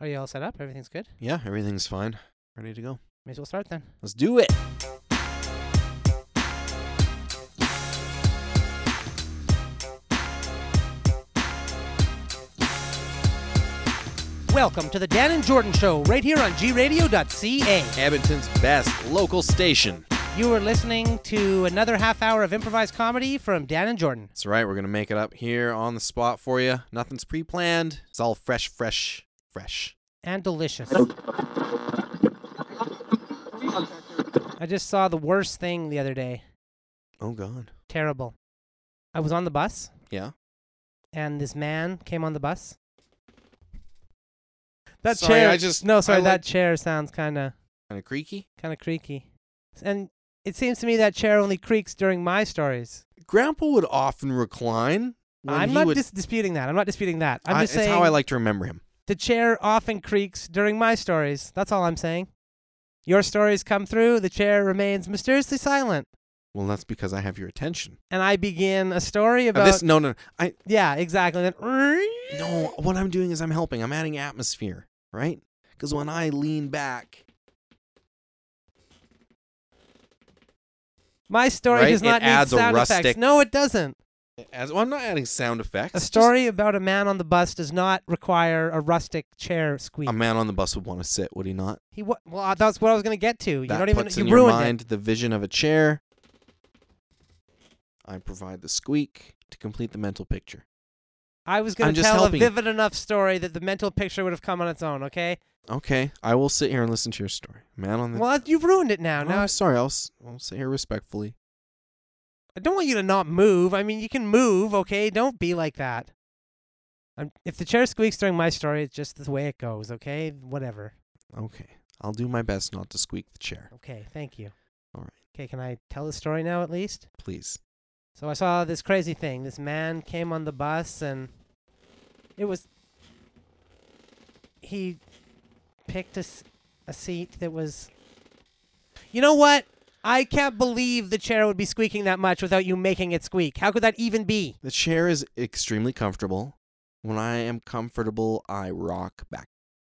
Are you all set up? Everything's good? Yeah, everything's fine. Ready to go. May as well start then. Let's do it. Welcome to the Dan and Jordan Show, right here on gradio.ca. Abington's best local station. You are listening to another half hour of improvised comedy from Dan and Jordan. That's right. We're going to make it up here on the spot for you. Nothing's pre planned. It's all fresh, fresh, fresh. And delicious. I just saw the worst thing the other day. Oh, God. Terrible. I was on the bus, Yeah. and this man came on the bus. That Sorry, chair. I just- no, sorry, I that like- chair sounds kind of. Kind of creaky. kind of creaky. And it seems to me that chair only creaks during my stories. Grandpa would often recline. When I'm he not would, dis- disputing that. I'm not disputing that. I'm I- just saying It's how I like to remember him. the chair often creaks during my stories. That's all I'm saying. Your stories come through, the chair remains mysteriously silent, Well, that's because I have your attention. and I begin a story Uh, about this, no, no, I Yeah, exactly. Then no. What I'm doing is I'm helping. I'm adding atmosphere, right? Because when I lean back, my story Right? does It not need adds a sound effects. rustic- No, it doesn't. as well, I'm not adding sound effects. A just story about a man on the bus does not require a rustic chair squeak. A man on the bus would want to sit, would he not? he wa- well, uh, that's what I was going to get to. You that don't even puts you in your ruined it. mind the vision of a chair. I provide the squeak to complete the mental picture. I was going I'm to just tell helping. a vivid enough story that the mental picture would have come on its own, okay? Okay, I will sit here and listen to your story, man. On the Well, you've ruined it now. Oh, Now I'm sorry. I'll s- I'll sit here respectfully. I don't want you to not move. I mean, you can move, okay? Don't be like that. I'm, if the chair squeaks during my story, it's just the way it goes, okay? Whatever. Okay, I'll do my best not to squeak the chair. Okay, thank you. All right, Okay, can I tell the story now at least? please. So I saw this crazy thing. This man came on the bus and it was he picked a, s- a seat that was You know what? I can't believe the chair would be squeaking that much without you making it squeak. How could that even be? The chair is extremely comfortable. When I am comfortable, I rock back.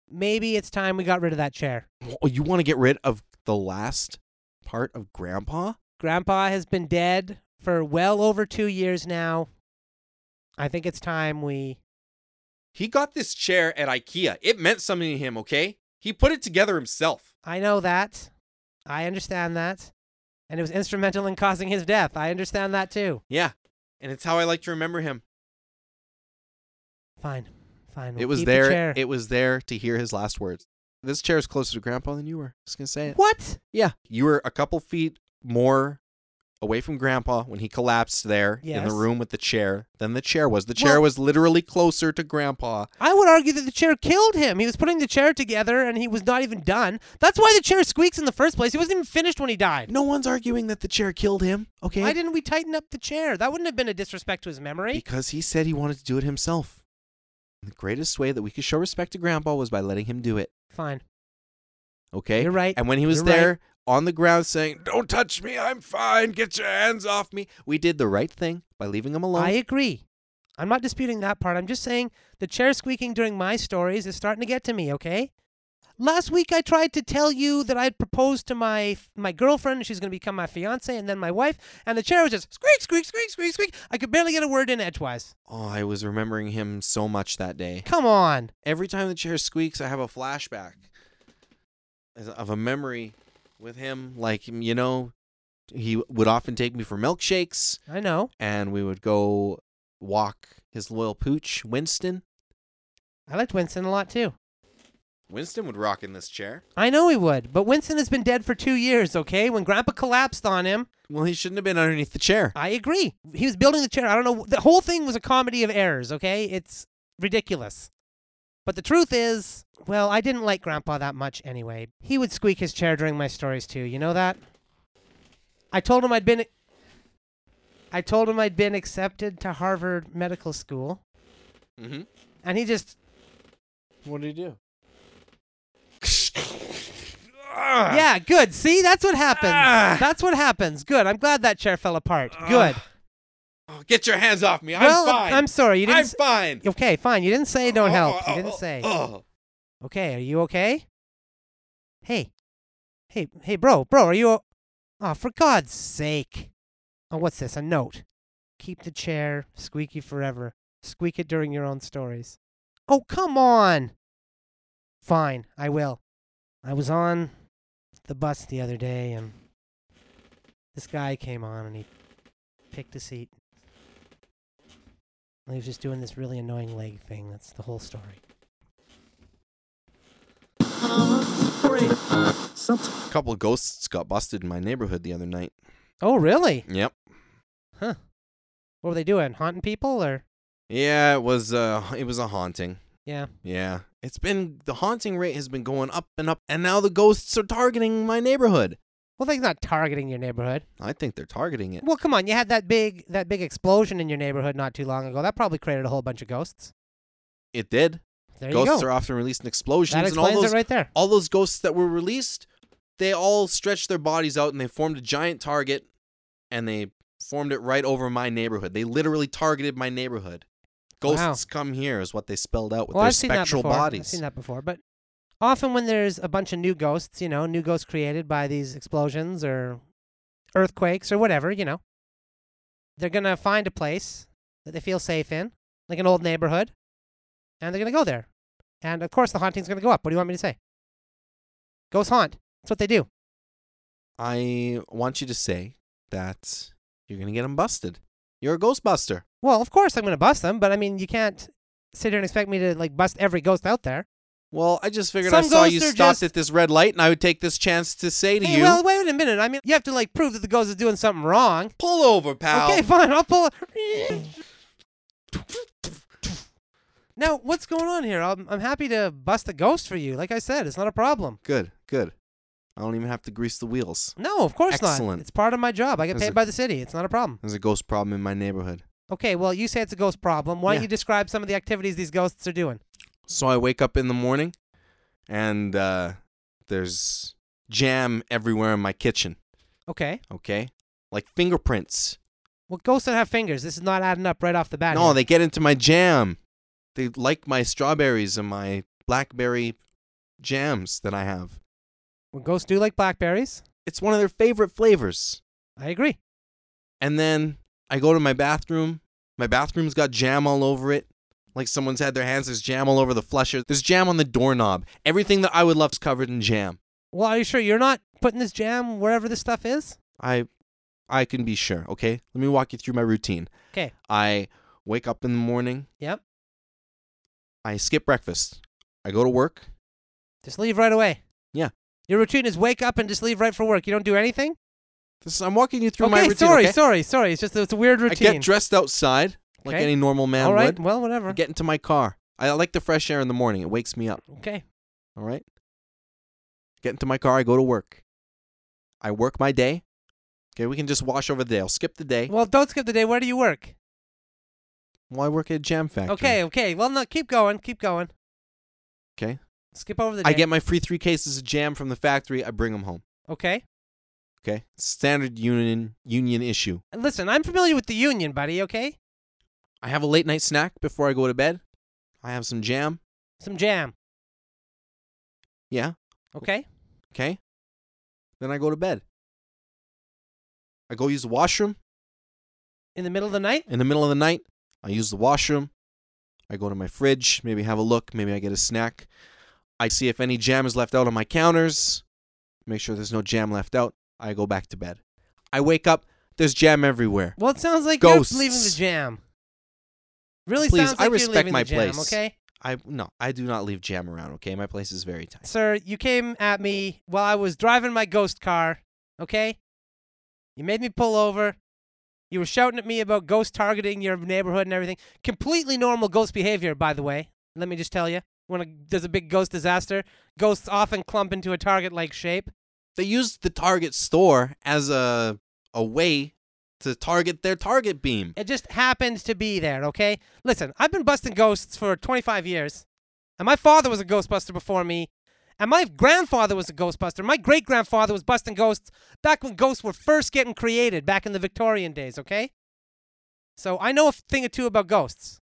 Maybe it's time we got rid of that chair. Oh, you want to get rid of the last part of Grandpa? Grandpa has been dead for well over 2 years now. I think it's time we He got this chair at IKEA. It meant something to him, okay? He put it together himself. I know that. I understand that. And it was instrumental in causing his death. I understand that too. Yeah. And it's how I like to remember him. Fine. Fine. it we'll was keep there. The chair. It was there to hear his last words. This chair is closer to grandpa than you were. Just gonna say it. what? Yeah. You were a couple feet more away from grandpa when he collapsed there in Yes. the room with the chair than the chair was. The chair Well- was literally closer to grandpa. I would argue that the chair killed him. He was putting the chair together and he was not even done. That's why the chair squeaks in the first place. He wasn't even finished when he died. No one's arguing that the chair killed him, okay? Why didn't we tighten up the chair? That wouldn't have been a disrespect to his memory. Because he said he wanted to do it himself. The greatest way that we could show respect to grandpa was by letting him do it. Fine. Okay. You're right. And when he was You're right. there on the ground saying, Don't touch me, I'm fine, get your hands off me, we did the right thing by leaving him alone. I agree. I'm not disputing that part. I'm just saying the chair squeaking during my stories is starting to get to me, okay? Last week I tried to tell you that I'd proposed to my my girlfriend, and she's going to become my fiance and then my wife, and the chair was just squeak squeak squeak squeak squeak. I could barely get a word in edgewise. oh, I was remembering him so much that day. Come on. Every time the chair squeaks, I have a flashback as- of a memory with him. Like, you know, he would often take me for milkshakes, I know. and we would go walk his loyal pooch, Winston. I liked Winston a lot too. Winston would rock in this chair. I know he would, but Winston has been dead for 2 years, okay? When grandpa collapsed on him, Well, he shouldn't have been underneath the chair. I agree. He was building the chair. I don't know. The whole thing was a comedy of errors, okay? It's ridiculous. But the truth is, well, I didn't like Grandpa that much anyway. He would squeak his chair during my stories too. You know that? I told him I'd been I told him I'd been accepted to Harvard Medical School, Mm-hmm. and he just What did he do? Yeah, good. See? That's what happens. Ah. That's what happens. Good. I'm glad that chair fell apart. Good. Oh, get your hands off me. I'm well, fine. I'm sorry. You didn't I'm s- fine. Okay, fine. You didn't say don't Oh, help. oh, You didn't oh, say. oh. Okay, are you okay? Hey. Hey, hey, bro, bro, are you. o- Aw, for God's sake. Oh, what's this? A note. Keep the chair squeaky forever. Squeak it during your own stories. Oh, come on! Fine, I will. I was on the bus the other day and this guy came on and he picked a seat. And he was just doing this really annoying leg thing. That's the whole story. A couple of ghosts got busted in my neighborhood the other night. Oh, really? Yep. What were they doing? Haunting people or? Yeah, it was uh it was a haunting. Yeah. Yeah. It's been the haunting rate has been going up and up and now the ghosts are targeting my neighborhood. Well, they're not targeting your neighborhood. I think they're targeting it. Well, come on. You had that big that big explosion in your neighborhood not too long ago. That probably created a whole bunch of ghosts. It did. There ghosts you go. are often released in explosions that and all explains those it right there. all those ghosts that were released, they all stretched their bodies out and they formed a giant target and they formed it right over my neighborhood. They literally targeted my neighborhood. Wow. Ghosts come here is what they spelled out with well, their I've seen that spectral before. bodies. I've seen that before, but often when there's a bunch of new ghosts, you know, new ghosts created by these explosions or earthquakes or whatever, you know, they're gonna find a place that they feel safe in, like an old neighborhood, and they're gonna go there. And of course, the haunting's gonna go up. What do you want me to say? Ghosts haunt. That's what they do. I want you to say that you're gonna get them busted. You're a Ghostbuster. Well, of course I'm gonna bust them, but I mean, you can't sit here and expect me to like bust every ghost out there. Well, I just figured I Some saw you ghosts are stopped just- at this red light, and I would take this chance to say to Hey, you, well, wait a minute. I mean, you have to like prove that the ghost is doing something wrong. "Pull over, pal." Okay, fine. I'll pull. now, what's going on here? I'm, I'm happy to bust a ghost for you. Like I said, it's not a problem. Good, good. I don't even have to grease the wheels. No, of course not. Excellent. It's part of my job. I get Is paid it- by the city. It's not a problem. There's a ghost problem in my neighborhood. Okay, well, you say it's a ghost problem. Why don't Yeah. you describe some of the activities these ghosts are doing? So I wake up in the morning, and uh, there's jam everywhere in my kitchen. Okay. Okay, like fingerprints. Well, ghosts don't have fingers. This is not adding up right off the bat. No, here. they get into my jam. They like my strawberries and my blackberry jams that I have. Well, ghosts do like blackberries. It's one of their favorite flavors. I agree. And then I go to my bathroom. My bathroom's got jam all over it. Like someone's had their hands, there's jam all over the flusher. There's jam on the doorknob. Everything that I would love is covered in jam. Well, are you sure you're not putting this jam wherever this stuff is? I I can be sure, okay? Let me walk you through my routine. 'Kay. I wake up in the morning. Yep. I skip breakfast. I go to work. Just leave right away. Yeah. Your routine is wake up and just leave right for work. You don't do anything? This I'm walking you through okay, my routine. sorry, okay? sorry, sorry. It's just it's a weird routine. I get dressed outside like Okay. any normal man All right, would. well, whatever. I get into my car. I like the fresh air in the morning. It wakes me up. okay. All right. Get into my car. I go to work. I work my day. Okay, we can just wash over the day. I'll skip the day. Well, don't skip the day. Where do you work? Well, I work at a jam factory. Okay, okay. Well, no, keep going, keep going. Okay. Skip over the day. I get my free three cases of jam from the factory. I bring them home. Okay. Okay. Standard union union issue. And Listen, I'm familiar with the union, buddy, okay? I have a late night snack before I go to bed. I have some jam. Some jam, Yeah. okay? Okay. Then I go to bed. I go use the washroom In the middle of the night? in the middle of the night. I use the washroom. I go to my fridge, maybe have a look, maybe I get a snack. I see if any jam is left out on my counters. Make sure there's no jam left out. I go back to bed. I wake up, there's jam everywhere. Well, it sounds like you're leaving the Ghosts. jam. Really Please, sounds I like respect you're leaving my the jam, place. okay? I no, I do not leave jam around, okay? My place is very tight. Sir, you came at me while I was driving my ghost car, okay? You made me pull over. You were shouting at me about ghost targeting your neighborhood and everything. Completely normal ghost behavior, by the way. Let me just tell you. When a, there's a big ghost disaster, ghosts often clump into a target like shape. They used the Target store as a a way to target their target beam. It just happened to be there, okay? Listen, I've been busting ghosts for 25 years, and my father was a ghostbuster before me, and my grandfather was a ghostbuster. My great grandfather was busting ghosts back when ghosts were first getting created, back in the Victorian days, okay? So I know a thing or two about ghosts.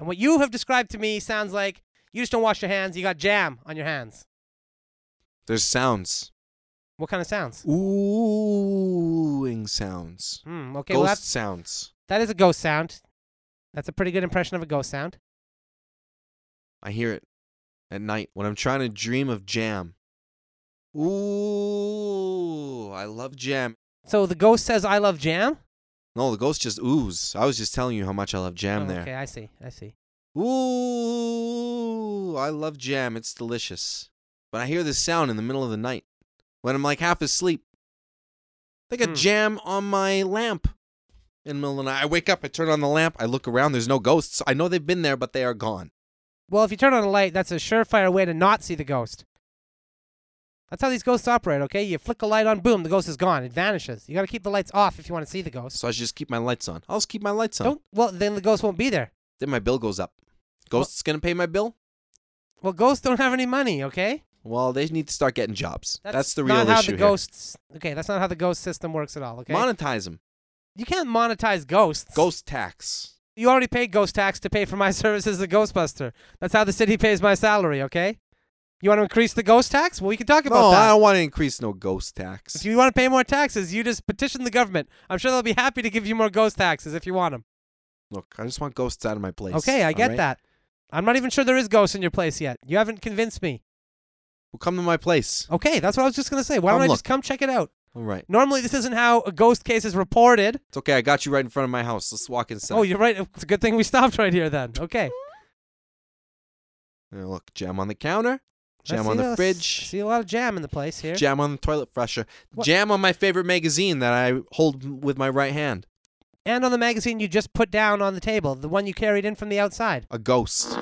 And what you have described to me sounds like You just don't wash your hands. You got jam on your hands. There's sounds. What kind of sounds? Oohing sounds. Hmm. Okay. Ghost Well, that's, sounds. that is a ghost sound. That's a pretty good impression of a ghost sound. I hear it at night when I'm trying to dream of jam. Ooh, I love jam. So the ghost says, "I love jam." No, the ghost just oohs. I was just telling you how much I love jam Oh, there. Okay. I see. I see. Ooh, I love jam. It's delicious. But I hear this sound in the middle of the night when I'm like half asleep. Like a Hmm. jam on my lamp in the middle of the night. I wake up, I turn on the lamp, I look around, there's no ghosts. I know they've been there, but they are gone. Well, if you turn on a light, that's a surefire way to not see the ghost. That's how these ghosts operate, okay? You flick a light on, boom, the ghost is gone. It vanishes. You got to keep the lights off if you want to see the ghost. So I should just keep my lights on. I'll just keep my lights on. Don't. Well, then the ghost won't be there. Then my bill goes up. Ghost's gonna pay my bill? Well, ghosts don't have any money, okay? Well, they need to start getting jobs. That's, the real not how issue the here. ghosts. Okay, that's not how the ghost system works at all. Okay, Monetize them. you can't monetize ghosts. Ghost tax. You already paid ghost tax to pay for my services as a Ghostbuster. That's how the city pays my salary. Okay, you want to increase the ghost tax? Well, we can talk about No, that. I don't want to increase no ghost tax. If you want to pay more taxes, you just petition the government. I'm sure they'll be happy to give you more ghost taxes if you want them. Look, I just want ghosts out of my place. okay, I all get right? that. I'm not even sure there is ghosts in your place yet. You haven't convinced me. Well, come to my place. Okay, that's what I was just gonna say. Why Come don't I Oh, look. just come check it out? All right. Normally, this isn't how a ghost case is reported. It's okay. I got you right in front of my house. Let's walk inside. Oh, you're right. It's a good thing we stopped right here then. Okay. Now look, jam on the I counter, jam see on a the s- fridge, See a lot of jam in the place here. jam on the toilet flusher, What? jam on my favorite magazine that I hold m- with my right hand. And on the magazine you just put down on the table, the one you carried in from the outside. A ghost.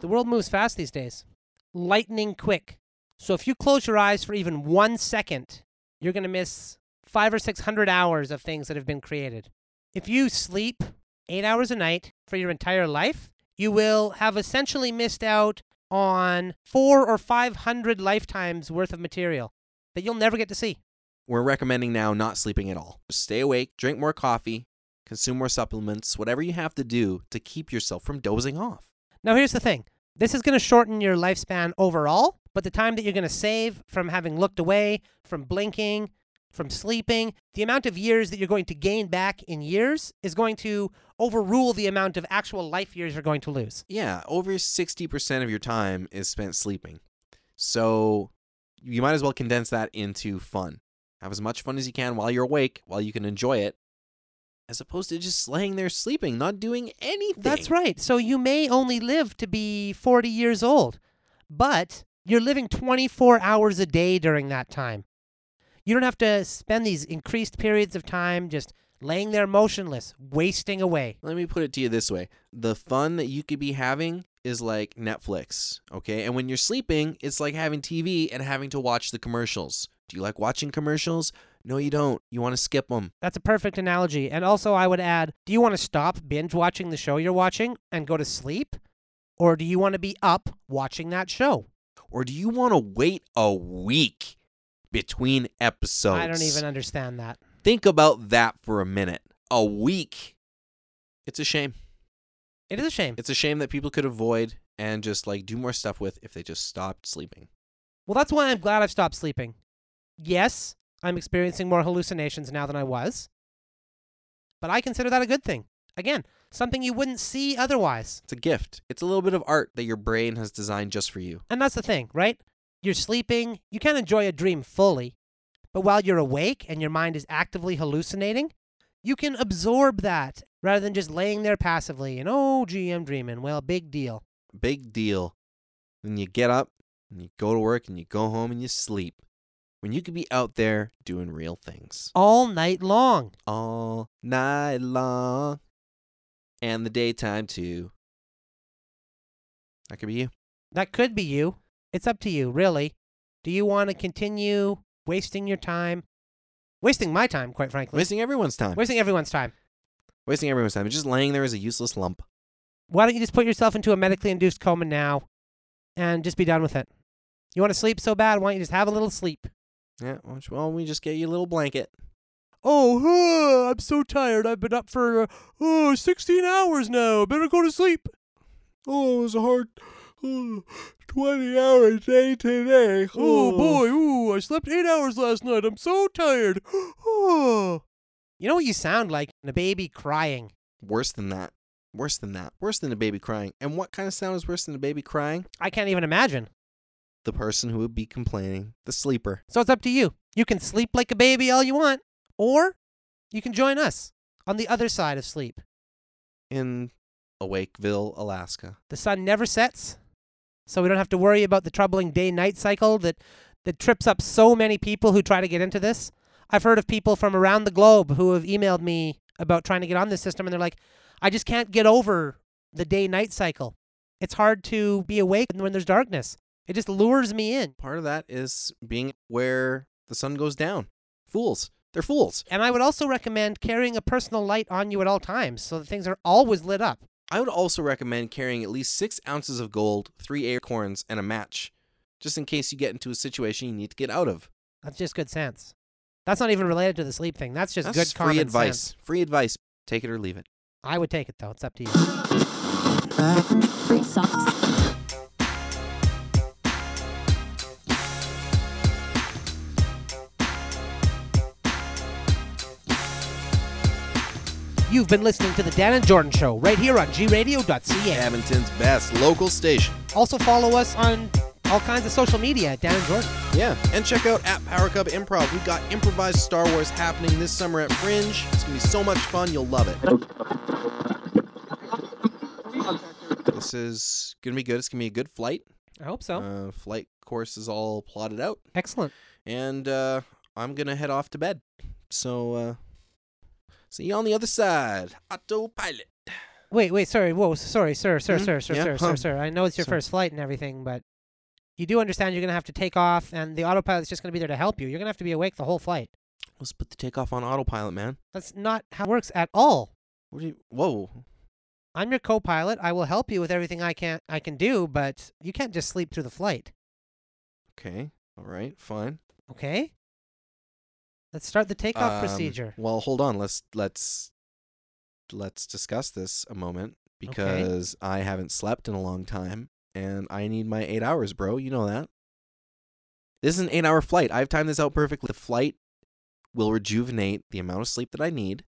The world moves fast these days, lightning quick. So if you close your eyes for even one second, you're going to miss five or 600 hours of things that have been created. If you sleep eight hours a night for your entire life, you will have essentially missed out on four or 500 lifetimes worth of material that you'll never get to see. We're recommending now not sleeping at all. Just stay awake, drink more coffee, consume more supplements, whatever you have to do to keep yourself from dozing off. Now, here's the thing this is going to shorten your lifespan overall, but the time that you're going to save from having looked away, from blinking, from sleeping, the amount of years that you're going to gain back in years is going to overrule the amount of actual life years you're going to lose. Yeah, over 60% of your time is spent sleeping. So you might as well condense that into fun. Have as much fun as you can while you're awake, while you can enjoy it, as opposed to just laying there sleeping, not doing anything. That's right. So you may only live to be 40 years old, but you're living 24 hours a day during that time. You don't have to spend these increased periods of time just laying there motionless, wasting away. Let me put it to you this way the fun that you could be having is like Netflix, okay? And when you're sleeping, it's like having TV and having to watch the commercials. Do you like watching commercials? No, you don't. You want to skip them. That's a perfect analogy. And also, I would add do you want to stop binge watching the show you're watching and go to sleep? Or do you want to be up watching that show? Or do you want to wait a week between episodes? I don't even understand that. Think about that for a minute. A week. It's a shame. It is a shame. It's a shame that people could avoid and just like do more stuff with if they just stopped sleeping. Well, that's why I'm glad I've stopped sleeping. Yes, I'm experiencing more hallucinations now than I was. But I consider that a good thing. Again, something you wouldn't see otherwise. It's a gift. It's a little bit of art that your brain has designed just for you. And that's the thing, right? You're sleeping, you can't enjoy a dream fully, but while you're awake and your mind is actively hallucinating, you can absorb that rather than just laying there passively and, oh, gee, I'm dreaming. Well, big deal. Big deal. Then you get up and you go to work and you go home and you sleep. When you could be out there doing real things All night long. all night long and the daytime too. That could be you. That could be you. It's up to you, really. Do you want to continue wasting your time? Wasting my time, quite frankly. Wasting everyone's time. wasting everyone's time. Wasting everyone's time. Just laying there as a useless lump. Why don't you just put yourself into a medically induced coma now and just be done with it? You want to sleep so bad, why don't you just have a little sleep? Yeah, why don't you- well, we just get you a little blanket. oh, huh, I'm so tired. I've been up for uh, oh, 16 hours now. Better go to sleep. Oh, it was a hard oh, 20 hour day today. Oh, boy, ooh, I slept eight hours last night. I'm so tired. Oh. You know what you sound like? A baby crying. Worse than that. Worse than that. Worse than a baby crying. And what kind of sound is worse than a baby crying? I can't even imagine. The person who would be complaining, the sleeper. So it's up to you. You can sleep like a baby all you want, or you can join us on the other side of sleep. in Awakeville, Alaska. The sun never sets, so we don't have to worry about the troubling day-night cycle that that trips up so many people who try to get into this. I've heard of people from around the globe who have emailed me about trying to get on this system and they're like, "I just can't get over the day-night cycle. It's hard to be awake when there's darkness. It just lures me in." Part of that is being where the sun goes down. Fools. They're fools. And I would also recommend carrying a personal light on you at all times so that things are always lit up. I would also recommend carrying at least six ounces of gold, three acorns, and a match, just in case you get into a situation you need to get out of. That's just good sense. That's not even related to the sleep thing. That's just That's good free common advice. sense. Free advice. Take it or leave it. I would take it though. It's up to you. Free socks. You've been listening to the Dan and Jordan Show right here on gradio.ca. Edmonton's best local station. Also follow us on all kinds of social media at Dan and Jordan. Yeah. And check out at Power Cub Improv. We got improvised Star Wars happening this summer at Fringe. It's gonna be so much fun, you'll love it. This is gonna be good. It's gonna be a good flight. I hope so. Uh, flight course is all plotted out, Excellent. and uh, I'm gonna head off to bed. So, uh, see you on the other side, autopilot. Wait, wait, sorry. Whoa, sorry, sir, sir, Hmm? sir, sir, Yeah, sir, huh. sir, sir. I know it's your Sorry. first flight and everything, but you do understand you're going to have to take off and the autopilot's just going to be there to help you. You're going to have to be awake the whole flight. Let's put the takeoff on autopilot, man. That's not how it works at all. What do you? Whoa. I'm your co-pilot. I will help you with everything I can I can do, but you can't just sleep through the flight, Okay. All right. Fine. okay? Let's start the takeoff Um, procedure. Well, hold on. Let's let's let's discuss this a moment because I haven't slept in a long time and I need my 8 hours, bro. You know that. This is an 8-hour flight. I've timed this out perfectly. The flight will rejuvenate the amount of sleep that I need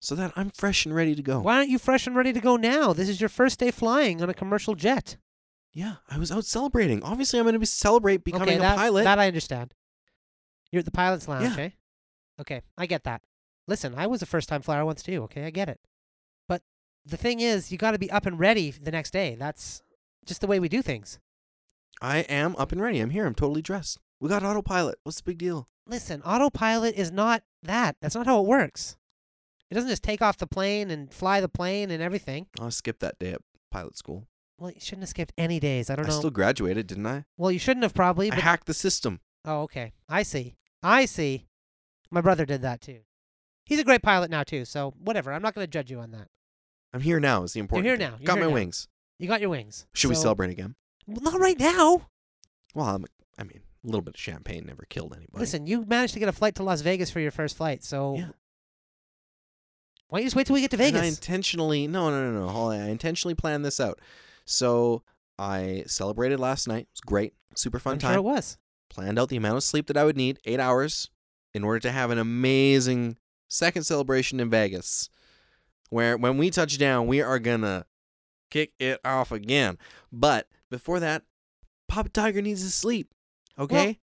so that I'm fresh and ready to go. Why aren't you fresh and ready to go now? This is your first day flying on a commercial jet. Yeah, I was out celebrating. Obviously, I'm going to be celebrate becoming okay, a that, pilot. That I understand. You're at the pilot's lounge, Yeah. eh? Okay, I get that. Listen, I was a first-time flyer once too. Okay, I get it. But the thing is, you got to be up and ready the next day. That's just the way we do things. I am up and ready. I'm here. I'm totally dressed. We got autopilot. What's the big deal? listen, autopilot is not that. That's not how it works. It doesn't just take off the plane and fly the plane and everything. I'll skip that day at pilot school. Well, you shouldn't have skipped any days. I don't I know. still graduated, didn't I? well, you shouldn't have probably. I But... hacked the system. oh, okay. I see. I see. My brother did that too. He's a great pilot now too. So whatever. I'm not going to judge you on that. I'm here now is the important. here thing. now. You're Got here my now. wings. You got your wings. Should we So- celebrate again? Well, not right now. Well, I'm, I mean, a little bit of champagne never killed anybody. Listen, you managed to get a flight to Las Vegas for your first flight. So Yeah. why don't you just wait till we get to And I Vegas? intentionally, no, no, no, no. Hold on. I intentionally planned this out. So I celebrated last night. It was great. Super fun I'm time. sure it was. Planned out the amount of sleep that I would need, eight hours, in order to have an amazing second celebration in Vegas. Where when we touch down, we are gonna kick it off again. But before that, Papa Tiger needs to sleep. Okay?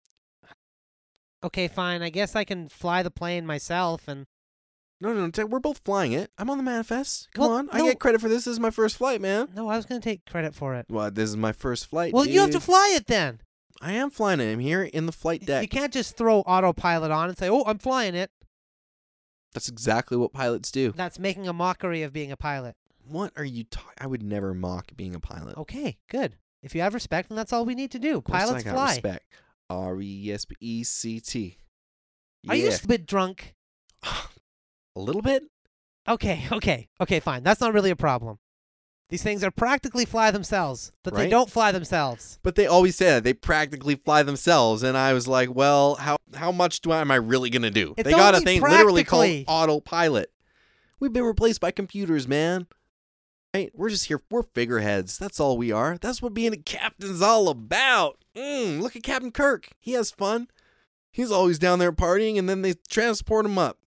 Okay, fine. I guess I can fly the plane myself and No, no, no. Ted, We're both flying it. I'm on the manifest. Come Well, on. I no. get credit for this. This is my first flight, man. No, I was going to take credit for it. Well, this is my first flight. Well, you have to dude. fly it then. I am flying it. I'm here in the flight Y- You deck. can't just throw autopilot on and say, "Oh, I'm flying it." That's exactly what pilots do. That's making a mockery of being a pilot. What are you talking? I would never mock being a pilot. Okay, good. If you have respect, then that's all we need to do. Of course Pilots I got fly. Respect. R e s p e c t. Yeah. Are you just a bit drunk? a little bit? Okay, okay, okay, fine. That's not really a problem. These things are practically fly themselves, but they Right. don't fly themselves. But they always say that they practically fly themselves, and I was like, "Well, how how much do I, am I really gonna do?" It's they got a only thing literally called practically. autopilot. We've been replaced by computers, man. Right? We're just here. We're figureheads. That's all we are. That's what being a captain's all about. Mm, look at Captain Kirk. He has fun. He's always down there partying, and then they transport him up.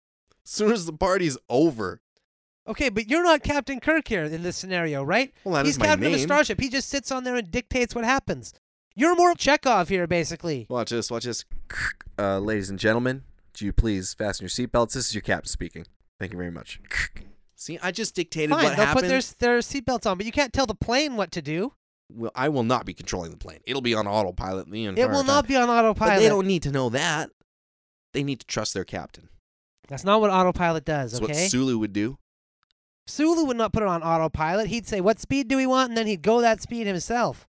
As soon as the party's over, Okay, but you're not Captain Kirk here in this scenario, right? Well, that He's is my captain of a name. starship. He just sits on there and dictates what happens. You're more Chekhov here, basically. Watch this, watch this. Uh, ladies and gentlemen, do you please fasten your seatbelts? This is your captain speaking. Thank you very much. See, I just dictated Fine, what they'll happened. put their, their seatbelts on, but you can't tell the plane what to do. Well, I will not be controlling the plane. It'll be on autopilot the entire it will not time. be on But autopilot. they don't need to know that. They need to trust their captain. That's not what autopilot does, That's okay? what Sulu would do. Sulu would not put it on autopilot. He'd say, What speed do we want? And then he'd go that speed himself.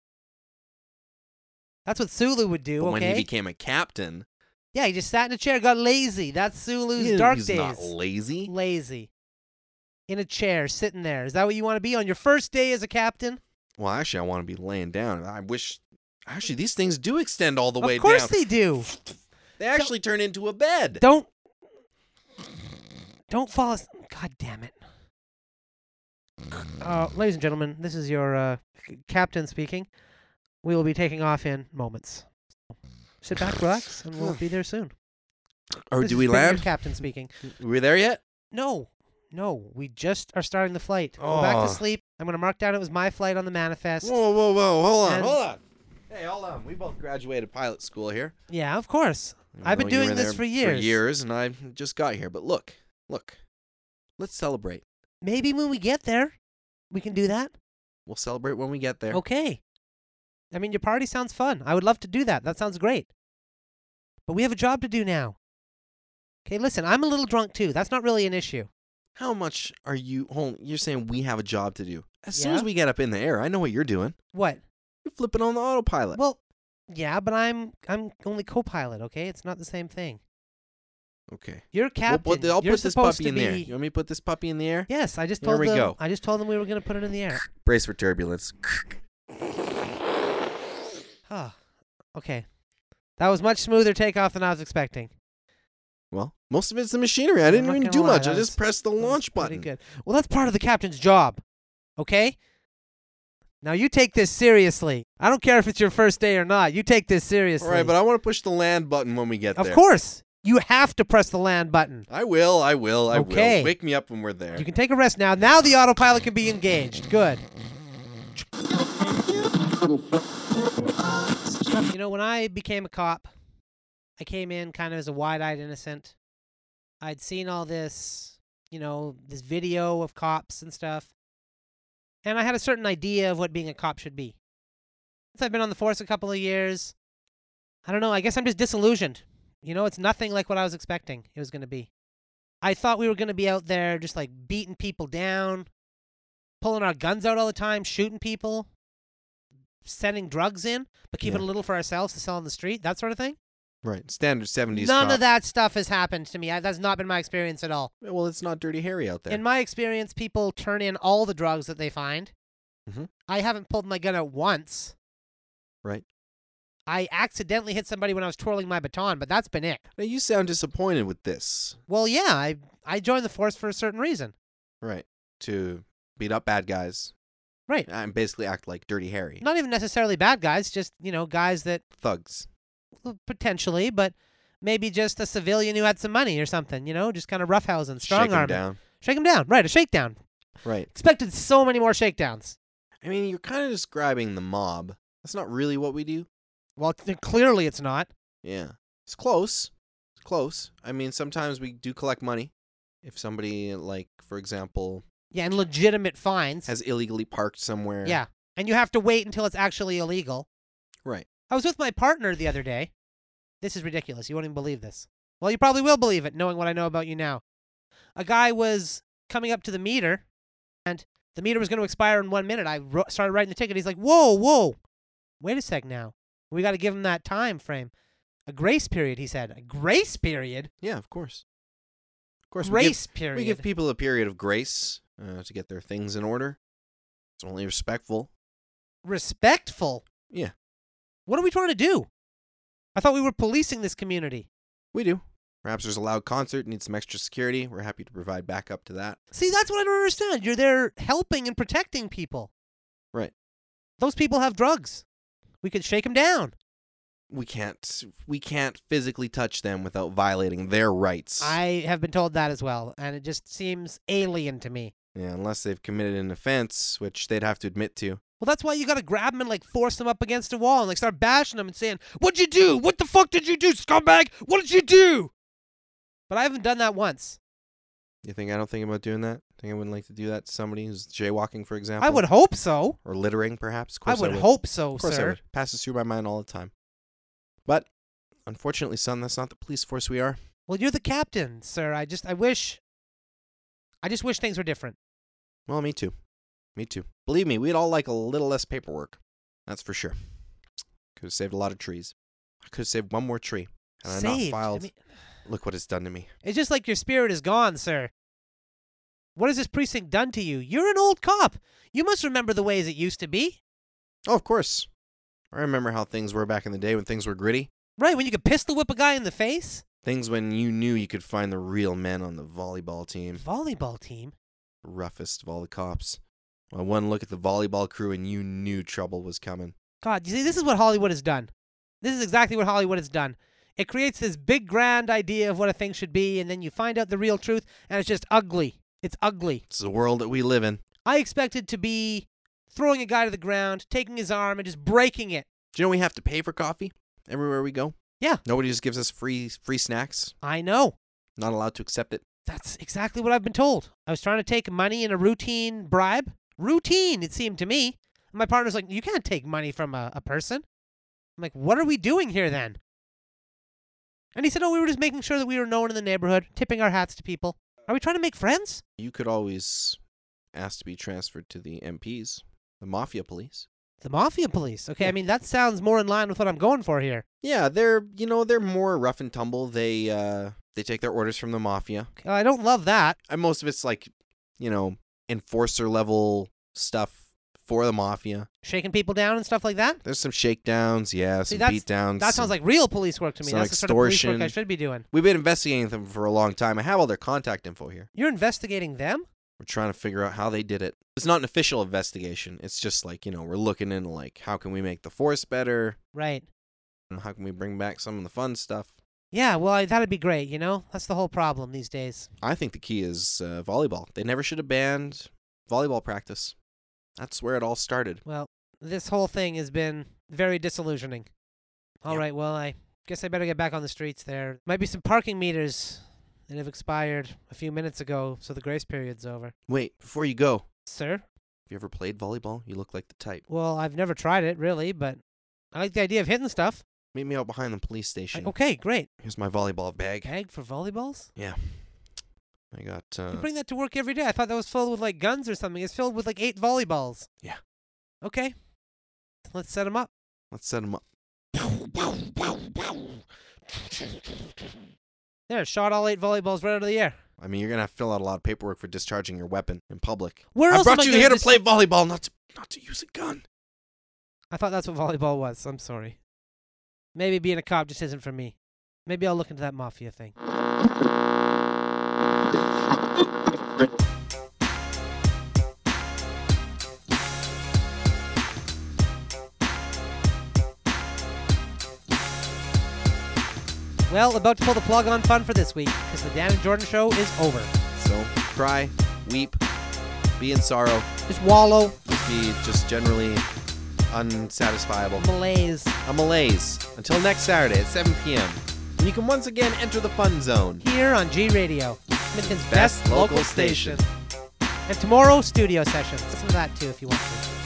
That's what Sulu would do, But when okay? he became a captain, yeah, he just sat in a chair, got lazy. That's Sulu's he- dark he's days. not lazy. lazy. In a chair, sitting there. Is that what you want to be on your first day as a captain? Well, actually, I want to be laying down. I wish. Actually, these things do extend all the way of course down. they do. They actually turn into a bed. Don't don't fall as God damn it. Uh, ladies and gentlemen, this is your uh, c- captain speaking. We will be taking off in moments. Sit back, relax, and we'll be there soon. Or This has Oh, do we been your land? Captain speaking. We're there yet? No, no, we just are starting the flight. Go back Oh. to sleep. I'm gonna mark down it was my flight on the manifest. Whoa, whoa, whoa! Hold on, And- hold on. Hey, hold on. We both graduated pilot school here. Yeah, of course. I I've been know you doing were this there for years. For years, and I just got here. But look, look. Let's celebrate. Maybe when we get there, we can do that. We'll celebrate when we get there. Okay. I mean, your party sounds fun. I would love to do that. That sounds great. But we have a job to do now. Okay, listen, I'm a little drunk too. That's not really an issue. How much are you? Hold. You're saying we have a job to do. As soon as Yeah. we get up in the air, I know what you're doing. What? You're flipping on the autopilot. Well, yeah, but I'm I'm only co-pilot. Okay, it's not the same thing. okay. You're We'll captain. put the- I'll You're put this supposed puppy to in the air. be- You want me to put this puppy in the air? Yes, I just There told we them. go. I just told them we were gonna put it in the air. Brace for turbulence. Huh. Okay. That was much smoother takeoff than I was expecting. Well, most of it's the machinery. I I'm didn't not even gonna do lie, much. I that was- just pressed the That was launch pretty button. Good. Well, that's part of the captain's job. Okay? Now you take this seriously. I don't care if it's your first day or not. You take this seriously. All right, but I want to push the land button when we get of there. course, you have to press the land button. I will. I will. I Okay. will. Wake me up when we're there. You can take a rest now. Now the autopilot can be engaged. Good. You know, when I became a cop, I came in kind of as a wide-eyed innocent. I'd seen all this, you know, this video of cops and stuff. And I had a certain idea of what being a cop should be. Since I've been on the force a couple of years, I don't know, I guess I'm just disillusioned. You know, it's nothing like what I was expecting it was going to be. I thought we were going to be out there just like beating people down, pulling our guns out all the time, shooting people, sending drugs in, but keeping Yeah. a little for ourselves to sell on the street, that sort of thing. right. Standard 70s. None cop. of that stuff has happened to me. I, that's not been my experience at all. Well, it's not Dirty Harry out there. In my experience, people turn in all the drugs that they find. Mhm. I haven't pulled my gun out once. Right. I accidentally hit somebody when I was twirling my baton, but that's been it. now, you sound disappointed with this. Well, yeah, I I joined the force for a certain reason. Right. To beat up bad guys Right. and basically act like Dirty Harry. Not even necessarily bad guys, just, you know, guys that Thugs. well, potentially, but maybe just a civilian who had some money or something, you know, just kind of roughhousing, strong Shake 'em arm. down. Shake him down. Right, a shakedown. Right. Expected so many more shakedowns. I mean, you're kind of describing the mob. That's not really what we do. Well, th- clearly it's not. Yeah. It's close. It's close. I mean, sometimes we do collect money. If somebody, like, for example, Yeah, and legitimate fines. has illegally parked somewhere. Yeah. And you have to wait until it's actually illegal. Right. I was with my partner the other day. This is ridiculous. You won't even believe this. Well, you probably will believe it, knowing what I know about you now. A guy was coming up to the meter, and the meter was going to expire in one minute. I ro- started writing the ticket. He's like, "Whoa, whoa, wait a sec now. We got to give him that time frame, a grace period." He said, "A grace period, Yeah, of course. Of course. we give- grace period." We give people a period of grace uh, to get their things in order. It's only respectful. Respectful. Yeah. What are we trying to do? I thought we were policing this community. We do. Perhaps there's a loud concert, needs some extra security. We're happy to provide backup to that. See, that's what I don't understand. You're there helping and protecting people. Right. Those people have drugs. We could shake them down. We can't we can't physically touch them without violating their rights. I have been told that as well, and it just seems alien to me. yeah, unless they've committed an offense, which they'd have to admit to. Well, that's why you gotta grab them and like force them up against a wall and like start bashing them and saying, "What'd you do? What the fuck did you do, scumbag? What did you do?" But I haven't done that once. You think I don't think about doing that? Think I wouldn't like to do that to somebody who's jaywalking, for example? I would hope so. Or littering, perhaps. Of I course would, hope so, Of course Oh, sir. I would. Passes through my mind all the time. But unfortunately, son, that's not the police force we are. Well, you're the captain, sir. I just I wish I just wish things were different. Well, me too. Me too. Believe me, we'd all like a little less paperwork. That's for sure. Could have saved a lot of trees. I could have saved one more tree. And I not Saved. I filed. mean, Look what it's done to me. it's just like your spirit is gone, sir. What has this precinct done to you? You're an old cop. You must remember the ways it used to be. Oh, of course. I remember how things were back in the day when things were gritty. Right, when you could pistol whip a guy in the face? Things when you knew you could find the real men on the volleyball team. Volleyball team. Roughest of all the cops. Well, one look at the volleyball crew and you knew trouble was coming. God, you see, this is what Hollywood has done. This is exactly what Hollywood has done. It creates this big grand idea of what a thing should be, and then you find out the real truth, and it's just ugly. It's ugly. It's the world that we live in. I expected to be throwing a guy to the ground, taking his arm, and just breaking it. Do you know we have to pay for coffee everywhere we go? Yeah. Nobody just gives us free free snacks. I know. Not allowed to accept it. That's exactly what I've been told. I was trying to take money in a routine bribe. Routine, it seemed to me. And my partner's like, You can't take money from a, a person. I'm like, What are we doing here then? And he said, Oh, we were just making sure that we were known in the neighborhood, tipping our hats to people. Are we trying to make friends? You could always ask to be transferred to the MPs, the mafia police. The mafia police. Okay, Yeah. I mean, that sounds more in line with what I'm going for here. Yeah, they're you know they're more rough and tumble. They uh they take their orders from the mafia. Uh, I don't love that. And most of it's like you know enforcer level stuff for the mafia. Shaking people down and stuff like that. There's some shakedowns, yeah, See, some that's- beatdowns. That sounds like real police work to me. some That's the sort of police work I extortion. should be doing. we've been investigating them for a long time. I have all their contact info here. You're investigating them? We're trying to figure out how they did it. It's not an official investigation. It's just like, you know, we're looking into like how can we make the force better? Right. You know, how can we bring back some of the fun stuff? Yeah, well, I, that'd be great, you know? That's the whole problem these days. I think the key is uh, volleyball. They never should have banned volleyball practice. That's where it all started. Well, this whole thing has been very disillusioning. All right, Yep. well, I guess I better get back on the streets there. Might be some parking meters that have expired a few minutes ago, so the grace period's over. Wait, before you go, have Sir? you ever played volleyball? You look like the type. Well, I've never tried it, really, but I like the idea of hitting stuff. Meet me out behind the police I- station. okay, great. Here's my volleyball bag. Gag for volleyballs? Yeah. I got You uh, bring that to work every day. I thought that was filled with like guns or something. It's filled with like eight volleyballs. Yeah. Okay. Let's set 'em up. Let's set him up. There, shot all eight volleyballs right out of the air. I mean, you're going to have to fill out a lot of paperwork for discharging your weapon in public. Where I else am brought you gonna here to dis- play volleyball, not to, not to use a gun. I thought that's what volleyball was. I'm sorry. Maybe being a cop just isn't for me. Maybe I'll look into that mafia thing. Well, about to pull the plug on fun for this week because the Dan and Jordan show is over. So cry, weep, be in sorrow, Just wallow, just be just generally unsatisfiable. malaise. A malaise. Until next Saturday at 7 p.m. when you can once again enter the fun zone. here on G Radio, Edmonton's Best local station. And tomorrow, studio sessions. Listen to that too if you want to.